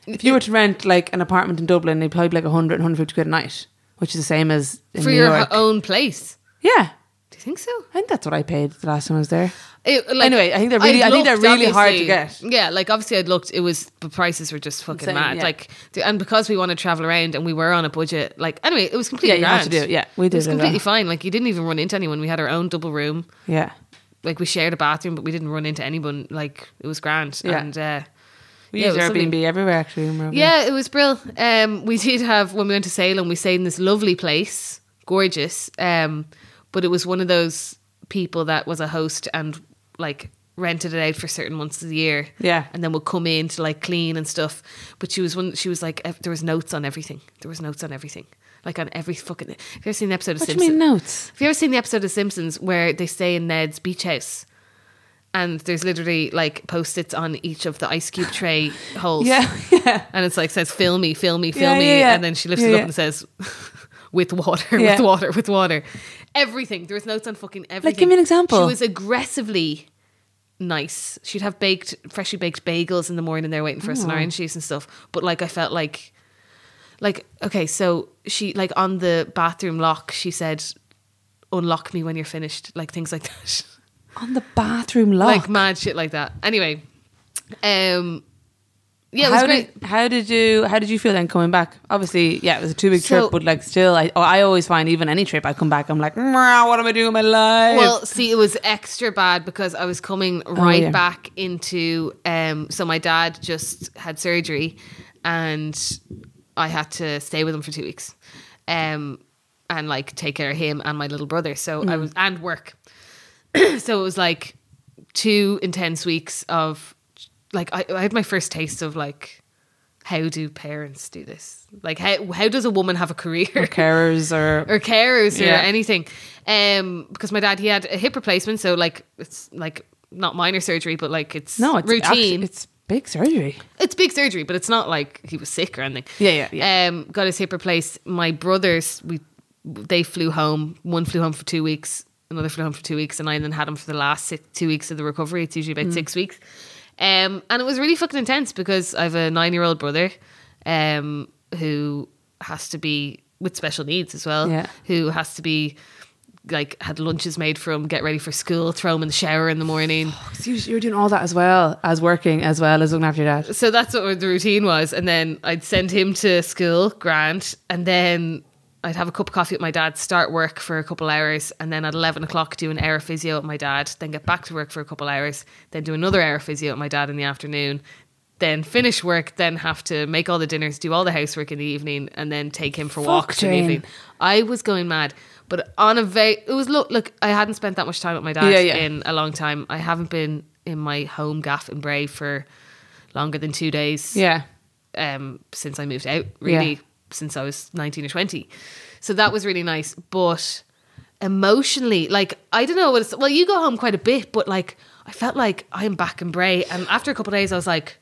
B: if you were to rent like an apartment in Dublin, it'd probably be like 100, 150 quid a night, which is the same as in
A: for
B: New
A: your oh.
B: York.
A: own place.
B: yeah,
A: Do you think so?
B: I think that's what I paid the last time I was there.
A: It-
B: Anyway, I think they're really-
A: I'd
B: I think they're really hard to
A: obviously- Yeah, like obviously I'd looked. It was the prices were just fucking
B: Insane,
A: mad.
B: yeah.
A: Like, th- and because we want to travel around and we were on a budget. Like, anyway, it was completely.
B: Yeah, you have to
A: grand.
B: do it. Yeah, we
A: It
B: did
A: was
B: it as
A: completely
B: well.
A: fine. Like, you didn't even run into anyone. We had our own double room.
B: Yeah,
A: Like, we shared a bathroom, but we didn't run into anyone. Like, it was grand.
B: Yeah.
A: And uh,
B: we
A: Yeah,
B: used
A: it was
B: Airbnb
A: something-
B: everywhere actually. when we were over
A: Yeah, it was brill. Um, we did have when we went to Salem, we stayed in this lovely place, gorgeous. Um, but it was one of those people that was a host and like rented it out for certain months of the year.
B: Yeah.
A: and then would come in to like clean and stuff. But she was one. She was like, ev- there was notes on everything. There was notes on everything, like on every fucking. Have you ever seen the episode of
B: there. What do you
A: Simpsons?
B: mean notes?
A: Have you ever seen the episode of Simpsons where they stay in Ned's beach house? And there's literally like post its on each of the ice cube tray holes.
B: Yeah, yeah.
A: And it's like says filmy, filmy, filmy.
B: Yeah, yeah, yeah.
A: And then she lifts
B: Yeah,
A: it up
B: yeah.
A: and says with water,
B: Yeah.
A: with water, with water. Everything. There was notes on fucking everything.
B: give me an example.
A: She was aggressively nice. She'd have baked freshly baked bagels in the morning there waiting for us
B: Oh.
A: and orange juice and stuff. But like I felt like like okay, so she like on the bathroom lock, she said unlock me when you're finished, like things like that.
B: On the bathroom lock.
A: Like mad shit like that. Anyway. Um yeah, it was
B: how
A: great.
B: did how did you how did you feel then coming back? Obviously, yeah, it was a two week
A: So-
B: trip, but like still, I oh, I always find even any trip I come back, I'm like, "Mwah, what am I doing with my life?
A: Well, see, it was extra bad because I was coming right
B: yeah.
A: back into. Um, so my dad just had surgery, and I had to stay with him for two weeks, um, and like take care of him and my little brother. So I was and work. so it was like two intense weeks of like I, I had my first taste of like how do parents do this? Like how how does a woman have a career?
B: or carers or
A: or carers
B: Yeah.
A: or anything. Um, because my dad he had a hip replacement, so like it's like not minor surgery, but like it's
B: no, it's
A: routine.
B: actually- it's big surgery.
A: it's big surgery, but it's not like he was sick or anything.
B: Yeah, yeah, yeah.
A: Um, got his hip replaced. My brothers, we they flew home. One flew home for two weeks. Another flew home for two weeks, and I then had him for the last six, two weeks of the recovery. It's usually about
B: Mm.
A: six weeks. Um, and it was really fucking intense because I have a nine-year-old brother, um, who has to be with special needs as well
B: Yeah.
A: who has to be like had lunches made for him, get ready for school, throw him in the shower in the morning.
B: So you, you were doing all that as well as working as well as looking after your dad.
A: So that's what the routine was. And then I'd send him to school, Grant, and then I'd have a cup of coffee with my dad, start work for a couple hours, and then at eleven o'clock do an hour physio with my dad, then get back to work for a couple hours, then do another hour physio with my dad in the afternoon. Then finish work, then have to make all the dinners, do all the housework in the evening, and then take him for
B: Fuck,
A: walks in the
B: Jane.
A: evening. I was going mad. But on a very, it was look, look, I hadn't spent that much time with my dad
B: Yeah, yeah.
A: in a long time. I haven't been in my home gaff in Bray for longer than two days
B: Yeah.
A: um, since I moved out, really,
B: Yeah.
A: since I was 19 or 20. So that was really nice. But emotionally, like, I don't know what it's, well, you go home quite a bit, but like, I felt like I'm back in Bray. And after a couple of days, I was like,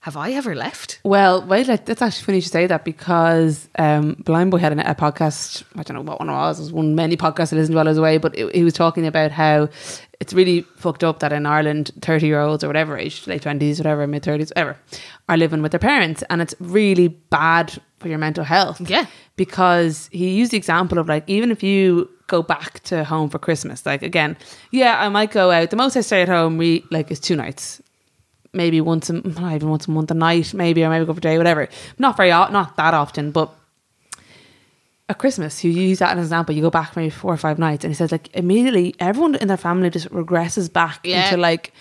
A: have I ever left?
B: Well, wait, like, that's actually funny you should say that because um, Blind Boy had an, a podcast. I don't know what one it was. It was one of many podcasts I listened to while I was away, but it, he was talking about how it's really fucked up that in Ireland, 30 year olds or whatever age, late 20s, whatever, mid 30s, whatever, are living with their parents. And it's really bad for your mental health.
A: Yeah.
B: Because he used the example of like, even if you go back to home for Christmas, like, again, yeah, I might go out. The most I stay at home, we, like, is two nights maybe once a not even once a month a night maybe or maybe go for a day whatever not very o- not that often but at Christmas you use that as an example you go back maybe four or five nights and he says like immediately everyone in their family just regresses back
A: Yeah.
B: into like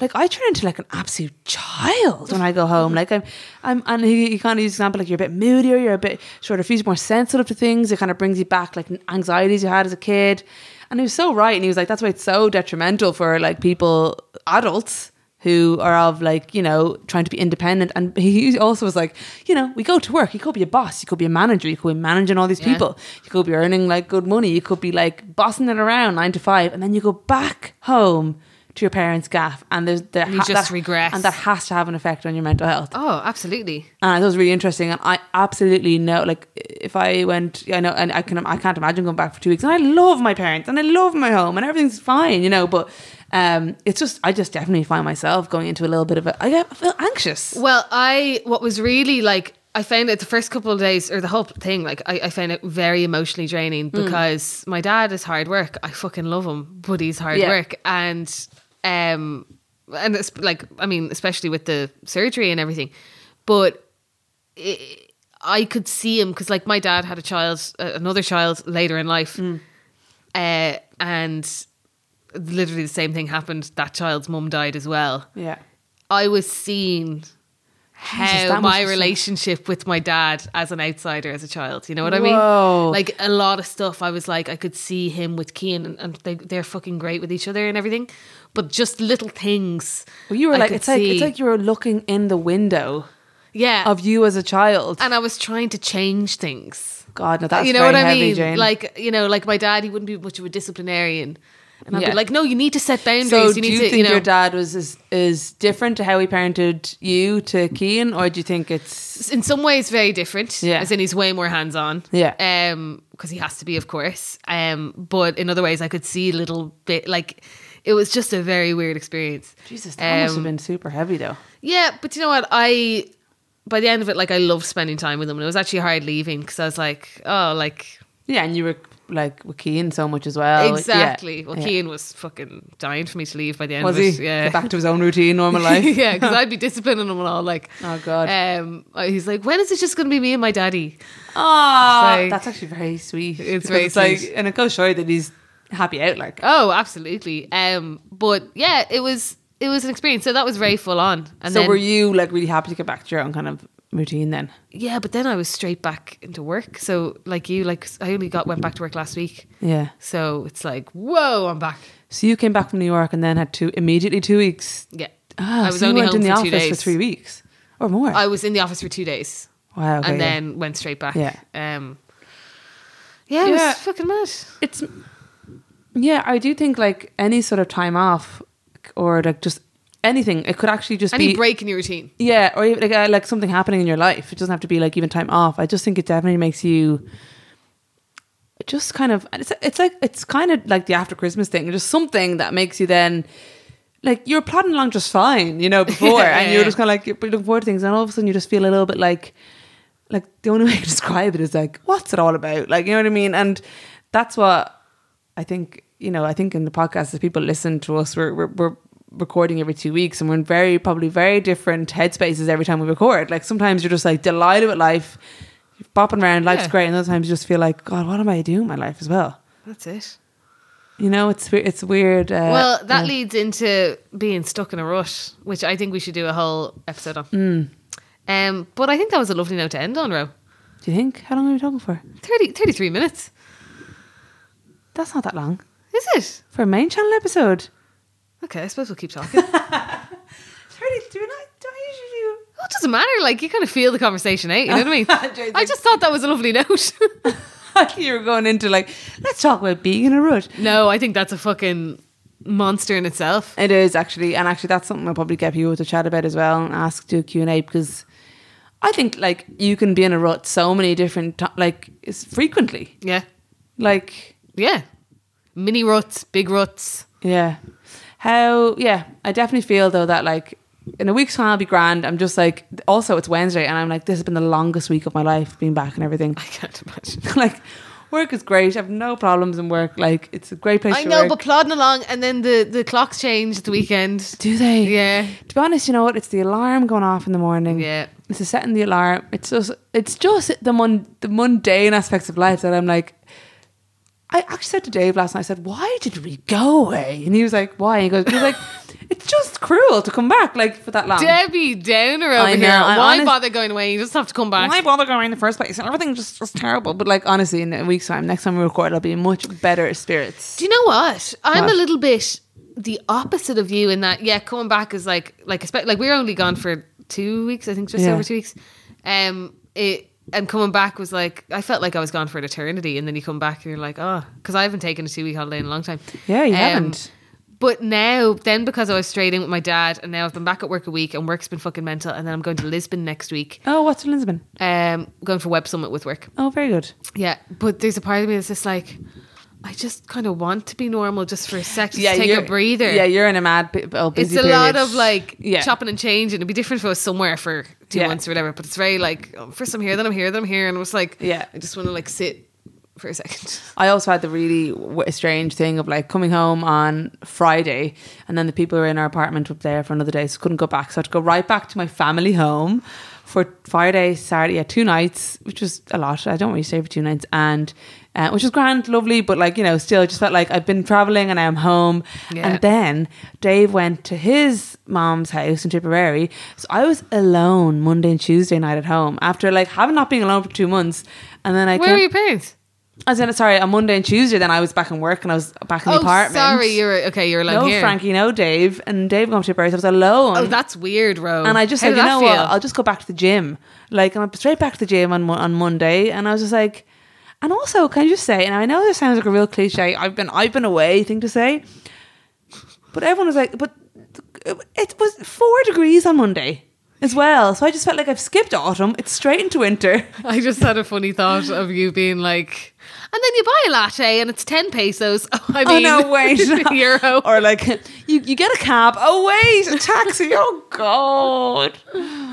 B: like I turn into like an absolute child when I go home like I'm I'm and he, he kind of uses example like you're a bit moodier you're a bit sort of feels more sensitive to things it kind of brings you back like anxieties you had as a kid and he was so right and he was like that's why it's so detrimental for like people adults who are of like you know trying to be independent and he also was like you know we go to work you could be a boss you could be a manager you could be managing all these
A: Yeah.
B: people you could be earning like good money you could be like bossing it around nine to five and then you go back home to your parents gaff and there's there
A: you just regress.
B: and that has to have an effect on your mental health
A: Oh, absolutely.
B: and I thought it was really interesting. And I absolutely know, like, if I went, I know, and I can, I can't imagine going back for two weeks. And I love my parents, and I love my home, and everything's fine, you know. But um, it's just, I just definitely find myself going into a little bit of a, I, get, I feel anxious.
A: Well, I what was really like I found it the first couple of days or the whole thing like I, I found it very emotionally draining because my dad is hard work. I fucking love him, but he's hard
B: Yeah.
A: work and um and it's like I mean especially with the surgery and everything, but i I could see him because like my dad had a child, uh, another child later in life, uh, and literally the same thing happened. That child's mum died as well.
B: Yeah,
A: I was seeing
B: that
A: how
B: must
A: my
B: have sucked.
A: relationship with my dad as an outsider as a child. You know what I
B: Whoa.
A: mean? Like a lot of stuff. I was like, I could see him with Kean, and, and they, they're fucking great with each other and everything. But just little things.
B: well, you were
A: I
B: like,
A: could
B: it's like, it's
A: see.
B: like you were looking in the window
A: yeah.
B: of you as a child.
A: and I was trying to change things.
B: God, no, that's
A: you know what I
B: heavy,
A: mean?
B: Jane.
A: Like you know, like my dad, he wouldn't be much of a disciplinarian, and I'd
B: Yeah.
A: be like, no, you need to set boundaries.
B: so
A: you
B: do
A: need
B: you
A: to,
B: think
A: you know,
B: your dad was is, is different to how he parented you to Kean, or do you think it's
A: in some ways very different.
B: Yeah.
A: As in he's way more hands on.
B: Yeah.
A: Um, because he has to be, of course. Um, but in other ways I could see a little bit like it was just a very weird experience.
B: Jesus? That must
A: Um,
B: have been super heavy, though.
A: Yeah, but you know what? I by the end of it, like I loved spending time with him and it was actually hard leaving because I was like, oh, like
B: Yeah, and you were like with Keane so much as well. Oh, Yeah.
A: exactly. Well,
B: Yeah.
A: Keane was fucking dying for me to leave by the end
B: was
A: of
B: he
A: it. Yeah.
B: back to his own routine, normal life.
A: yeah, because I'd be disciplining him and all. Like,
B: Oh, God.
A: Um, he's like, when is it just going to be me and my daddy?
B: Ah,
A: It's like-
B: that's actually very sweet.
A: It's
B: because
A: very
B: like,
A: sweet.
B: and it goes show that he's happy out. Like,
A: Oh, absolutely. Um, but yeah, it was it was an experience. So that was very full on. And
B: so
A: then,
B: were you like really happy to get back to your own kind of routine then?
A: yeah, but then I was straight back into work. So like you, like I only got went back to work last week.
B: Yeah.
A: So it's like, whoa, I'm back.
B: So you came back from New York and then had two immediately two weeks.
A: Yeah,
B: Ah,
A: I was
B: so you
A: only
B: weren't
A: home
B: in the
A: for
B: office
A: two days.
B: for three weeks or more.
A: I was in the office for two days
B: wow. okay,
A: and
B: yeah.
A: then went straight back.
B: Yeah.
A: Um, yeah, it
B: Yeah.
A: was fucking mad.
B: it's yeah i do think like any sort of time off or like just anything it could actually just
A: Any
B: be
A: break in your routine?
B: yeah or even like, uh, like something happening in your life it doesn't have to be like even time off i just think it definitely makes you just kind of and it's, it's like it's kind of like the after christmas thing just something that makes you then like you're plodding along just fine you know before
A: Yeah,
B: and
A: yeah,
B: you're
A: yeah.
B: just kind of like you're looking forward to things and all of a sudden you just feel a little bit like like the only way I can describe it is like, what's it all about? Like, you know what I mean? And that's what I think, you know, I think in the podcast, as people listen to us, we're, we're, we're recording every two weeks and we're in very, probably very different headspaces every time we record. Like, sometimes you're just like delighted with life, you're bopping around, life's
A: Yeah.
B: great. And other times you just feel like, God, what am I doing with my life as well?
A: That's it.
B: You know, it's, we- it's weird. Uh,
A: well, that
B: uh,
A: leads into being stuck in a rut, which I think we should do a whole episode on. Um, but I think that was a lovely note to end on, Ro.
B: do you think? How long are we talking for?
A: 30, 33 minutes.
B: That's not that long
A: Is it?
B: for a main channel episode.
A: Okay, I suppose we'll keep talking. well,
B: 30, do we not, do I usually do?
A: it doesn't matter. Like, you kind of feel the conversation out. You know what I mean? I just thought that was a lovely note.
B: I thought you were going into like, let's talk about being in a rut.
A: no, I think that's a fucking monster in itself.
B: It is actually, and actually, that's something I'll probably get people to chat about as well and ask do a Q and A because I think like you can be in a rut so many different to- like it's frequently
A: Yeah.
B: like
A: Yeah. Mini ruts, big ruts.
B: yeah how yeah I definitely feel though that like in a week's time I'll be grand. I'm just like also it's Wednesday and I'm like this has been the longest week of my life being back and everything
A: I can't imagine.
B: like. Work is great. I have no problems in work. Like it's a great place.
A: I
B: to
A: know,
B: work.
A: but plodding along, and then the, the clocks change at the weekend.
B: do they?
A: Yeah.
B: To be honest, you know what? It's the alarm going off in the morning.
A: Yeah.
B: It's the setting the alarm. It's just it's just the mon- the mundane aspects of life that I'm like. I actually said to Dave last night. I said, "Why did we go away?" And he was like, "Why?" And he goes, "He was like, it's just cruel to come back like for that long."
A: Debbie Downer over
B: Um, I know,
A: here.
B: and
A: Why
B: honest-
A: bother going away? You just have to come back.
B: Why bother going in the first place? And everything just was terrible. But like honestly, in a week's time, next time we record, I'll be in much better spirits.
A: Do you know what? I'm
B: What?
A: a little bit the opposite of you in that yeah coming back is like like espe- like we are only gone for two weeks I think just
B: Yeah.
A: over two weeks um it and coming back was like I felt like I was gone for an eternity and then you come back and you're like oh because I haven't taken a two week holiday in a long time
B: Yeah, you
A: Um,
B: haven't.
A: but now then because I was straight in with my dad and now I've been back at work a week and work's been fucking mental and then I'm going to Lisbon next week
B: Oh, what's in Lisbon?
A: um going for web summit with work
B: Oh, very good.
A: yeah, but there's a part of me that's just like, I just kind of want to be normal just for a sec, just take a
B: you're-
A: breather.
B: Yeah, you're in a mad, bu- oh,
A: it's
B: busy
A: a lot
B: period.
A: of like
B: yeah.
A: chopping and changing. It'd be different if I was somewhere for two
B: Yeah.
A: months or whatever, but it's very like, oh, first I'm here, then I'm here, then I'm here. And it was like,
B: Yeah.
A: I just want to like sit for a second.
B: I also had the really w- strange thing of like coming home on Friday, and then the people who were in our apartment up there for another day, so couldn't go back. So I had to go right back to my family home for Friday, Saturday, yeah, two nights, which was a lot. I don't really stay for two nights, and uh, which was grand, lovely, but like you know, still just felt like I've been traveling and I'm home.
A: Yeah.
B: And then Dave went to his mom's house in Tipperary, so I was alone Monday and Tuesday night at home after like having not been alone for two months, and then I
A: Where
B: came
A: were your parents?
B: as in, sorry, on Monday and Tuesday, then I was back in work and I was back in the
A: Oh,
B: apartment.
A: sorry, you're okay, you're alone
B: no
A: here.
B: Frankie, no Dave, and Dave got to Paris. I was alone,
A: Oh, that's weird, Ro.
B: and I just
A: How
B: said, you
A: did that
B: know what?
A: feel?
B: I'll just go back to the gym. Like, and I went straight back to the gym on Mon- on Monday, and I was just like, and also, can I just say, and I know this sounds like a real cliche. I've been I've been away thing to say, but everyone was like, but it was four degrees on Monday as well. So I just felt like I've skipped autumn. It's straight into winter.
A: I just had a funny thought of you being like, and then you buy a latte and it's 10 pesos. I mean,
B: oh no, wait,
A: euro.
B: or like you, you get a cab. Oh wait, a taxi. oh god. Uh,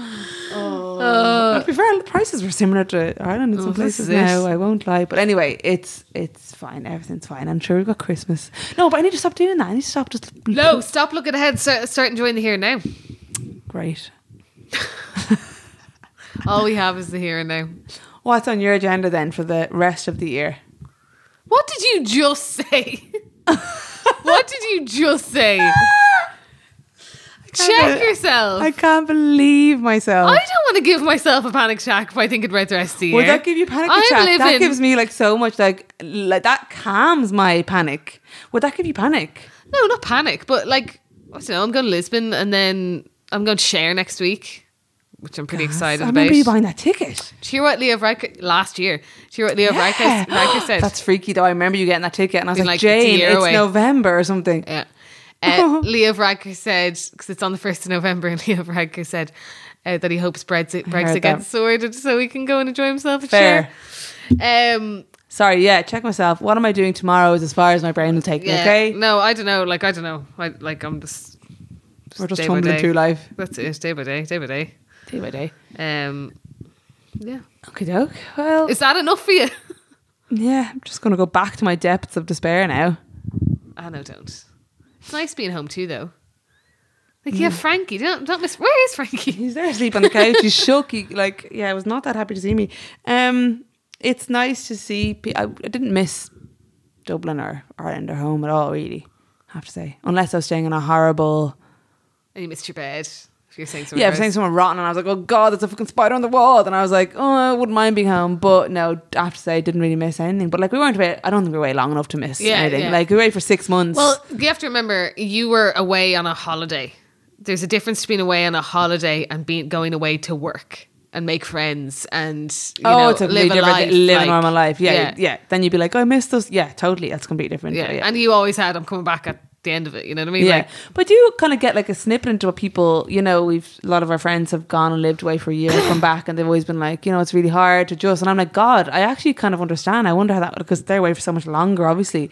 A: Oh.
B: To be fair, the prices were similar to Ireland in some
A: this
B: places
A: is it.
B: now. I won't lie, but anyway, it's it's fine. Everything's fine. I'm sure we've got Christmas. No, but I need to stop doing that. I need to stop just.
A: No, stop looking ahead. Start, start enjoying the here and now.
B: great.
A: All we have is the here and now.
B: What's on your agenda then for the rest of the year?
A: What did you just say? what did you just say? Check
B: can't-
A: yourself. I,
B: I can't believe myself.
A: don't want to give myself a panic attack if I think about the rest of the year.
B: Would that give you a panic
A: I'm
B: attack?
A: living-
B: That gives me like so much like like that calms my panic. Would that give you panic?
A: no, not panic, but like, I don't know, I'm going to Lisbon and then I'm going to share next week, which I'm pretty excited
B: I
A: about.
B: remember you buying that ticket.
A: Do you hear what Leo Riker, last year, do you hear what Leo
B: Yeah.
A: Riker, Riker said?
B: That's freaky though. I remember you getting that ticket and I was
A: Being
B: like,
A: like, it's a
B: Jane,
A: year
B: it's
A: away."
B: November or something.
A: Yeah. Uh, Leo Varadkar said, because it's on the 1st of November, and Leo Varadkar said uh, that he hopes Brexit,
B: heard
A: Brexit
B: that.
A: gets sorted so he can go and enjoy himself at
B: Fair.
A: Share. Um,
B: Sorry, yeah, check myself. What am I doing tomorrow is as far as my brain will take me,
A: yeah.
B: okay?
A: No, I don't know. Like, I don't know. I, like, I'm just.
B: We're just
A: day by
B: tumbling
A: day.
B: through life.
A: That's it. Day by day, day by day.
B: Day by day.
A: Um, yeah.
B: Okay, doke. Well,
A: Is that enough for you?
B: yeah, I'm just going to go back to my depths of despair now.
A: I Ah, no, don't. It's nice being home too, though. Like,
B: Mm.
A: yeah, Frankie. Don't, don't miss. Where is Frankie?
B: He's there asleep on the couch. He's shook. He, like, yeah, I was not that happy to see me. Um, It's nice to see. Pe- I, I didn't miss Dublin or Ireland or home at all, really, I have to say. Unless I was staying in a horrible
A: And you missed your bed. If you're saying something.
B: Yeah, I was saying someone rotten, and I was like, "Oh God, there's a fucking spider on the wall." And I was like, "Oh, I wouldn't mind being home," but no, I have to say, I didn't really miss anything. But like, we weren't away. I don't think we were away long enough to miss
A: Yeah,
B: anything.
A: yeah.
B: Like, we were away for six months.
A: Well, you have to remember you were away on a holiday. There's a difference between away on a holiday and being going away to work and make friends and you
B: oh,
A: know,
B: it's a
A: live
B: live,
A: a life,
B: live
A: like-
B: a normal life. Yeah, yeah,
A: yeah,
B: Then you'd be like, "Oh, I missed those." Yeah, totally. That's completely different.
A: yeah.
B: Yeah, yeah.
A: And you always had I'm coming back at the end of it. You know what I mean?
B: Yeah.
A: Like,
B: but you kind of get like a snippet into what people, you know, we've a lot of our friends have gone and lived away for a year and come back, and they've always been like, you know, it's really hard to adjust. And I'm like, God, I actually kind of understand. I wonder how that because they're away for so much longer, obviously.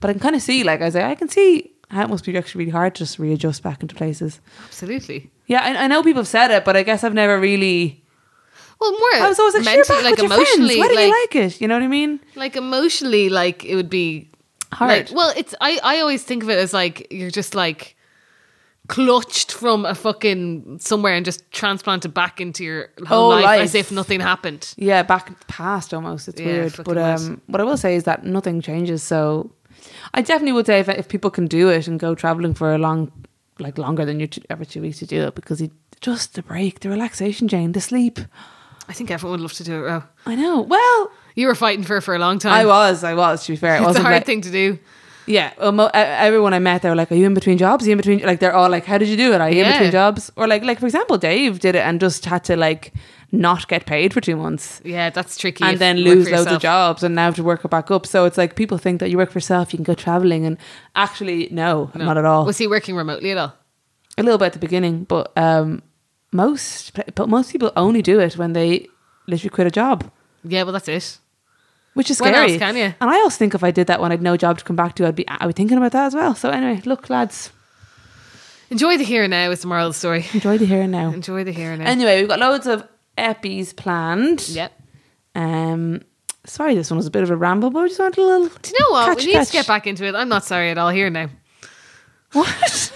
B: But I can kind of see, like, I was like, I can see how it must be actually really hard to just readjust back into places.
A: absolutely.
B: Yeah, I, I know people have said it, but I guess I've never really.
A: Well, more
B: I was always like,
A: mentally,
B: sure, back
A: like
B: with
A: emotionally,
B: Your friends. Why do
A: like,
B: you like it? You know what I mean?
A: like emotionally, like it would be
B: Hard.
A: like- well, it's I I always think of it as like you're just like clutched from a fucking somewhere and just transplanted back into your
B: Whole
A: whole life,
B: life.
A: as if nothing happened.
B: Yeah, back past almost. It's
A: Yeah,
B: weird.
A: fucking
B: But
A: mad.
B: um, what I will say is that nothing changes. So I definitely would say if, if people can do it and go traveling for a long, like longer than you two, every two weeks to do it because you just the break, the relaxation, Jane, the sleep.
A: I think everyone would love to do it. Row.
B: I know. Well,
A: You were fighting for it for a long time.
B: I was, I was. To be fair, it
A: it's a
B: wasn't
A: hard
B: like,
A: thing to do.
B: Yeah, well, mo- e- everyone I met, they were like, "Are you in between jobs? Are you in between?" Like, they're all like, "How did you do it? Are you in
A: Yeah.
B: between jobs?" Or like, like for example, Dave did it and just had to like not get paid for two months
A: Yeah, that's tricky.
B: and
A: if
B: then
A: you work
B: lose
A: for
B: loads of
A: yourself.
B: jobs and now have to work it back up. So it's like people think that you work for yourself, you can go traveling, and actually, no,
A: No.
B: not at all.
A: Was he working remotely at all?
B: a little bit at the beginning, but um, most but most people only do it when they literally quit a job.
A: Yeah, well, that's it.
B: Which is
A: When
B: scary.
A: else can you?
B: And I always think if I did that when I'd no job to come back to, I'd be I'd be thinking about that as well. So anyway, look, lads,
A: Enjoy the here and now is the moral of the story.
B: enjoy the here and now.
A: Enjoy the here and now.
B: Anyway, we've got loads of eppies planned.
A: yep.
B: Um, sorry, this one was a bit of a ramble, but we just wanted a little.
A: Do you know what?
B: Catch,
A: we need
B: catch.
A: to get back into it. I'm not sorry at all. Here and now.
B: What?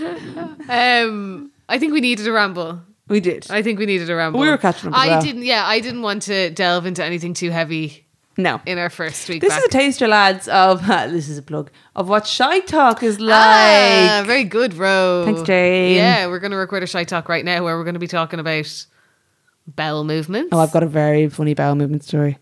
A: Um, I think we needed a ramble.
B: we did.
A: I think we needed a ramble.
B: We were catching up as
A: I
B: well.
A: didn't. Yeah, I didn't want to delve into anything too heavy
B: no.
A: in our first week.
B: This
A: back.
B: is a taster, lads, of this is a plug of what shy talk is like.
A: Ah, very good, Ro.
B: Thanks, Jane.
A: Yeah, we're going to record a shy talk right now where we're going to be talking about bowel movements.
B: Oh, I've got a very funny bowel movement story.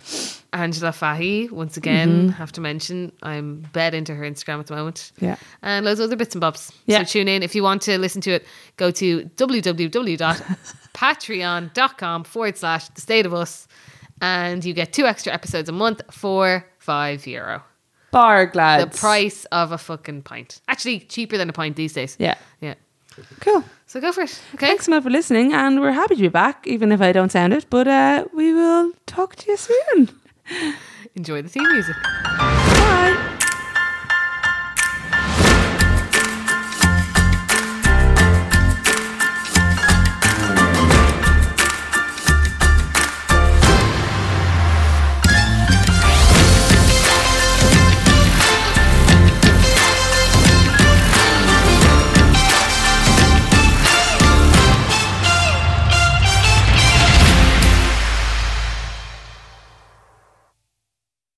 A: Angela Fahy,
B: Mm-hmm.
A: once again, have to mention, I'm bed into her Instagram at the moment.
B: Yeah.
A: And loads of other bits and bobs.
B: Yeah.
A: So tune in. If you want to listen to it, go to www.patreon.com forward slash the state of us. And you get two extra episodes a month for five euro.
B: Barg,
A: The
B: lads.
A: price of a fucking pint. Actually, cheaper than a pint these days.
B: Yeah.
A: Yeah.
B: Cool.
A: So go for it. Okay.
B: Thanks so much for listening, and we're happy to be back, even if I don't sound it. But uh, we will talk to you soon.
A: Enjoy the theme music.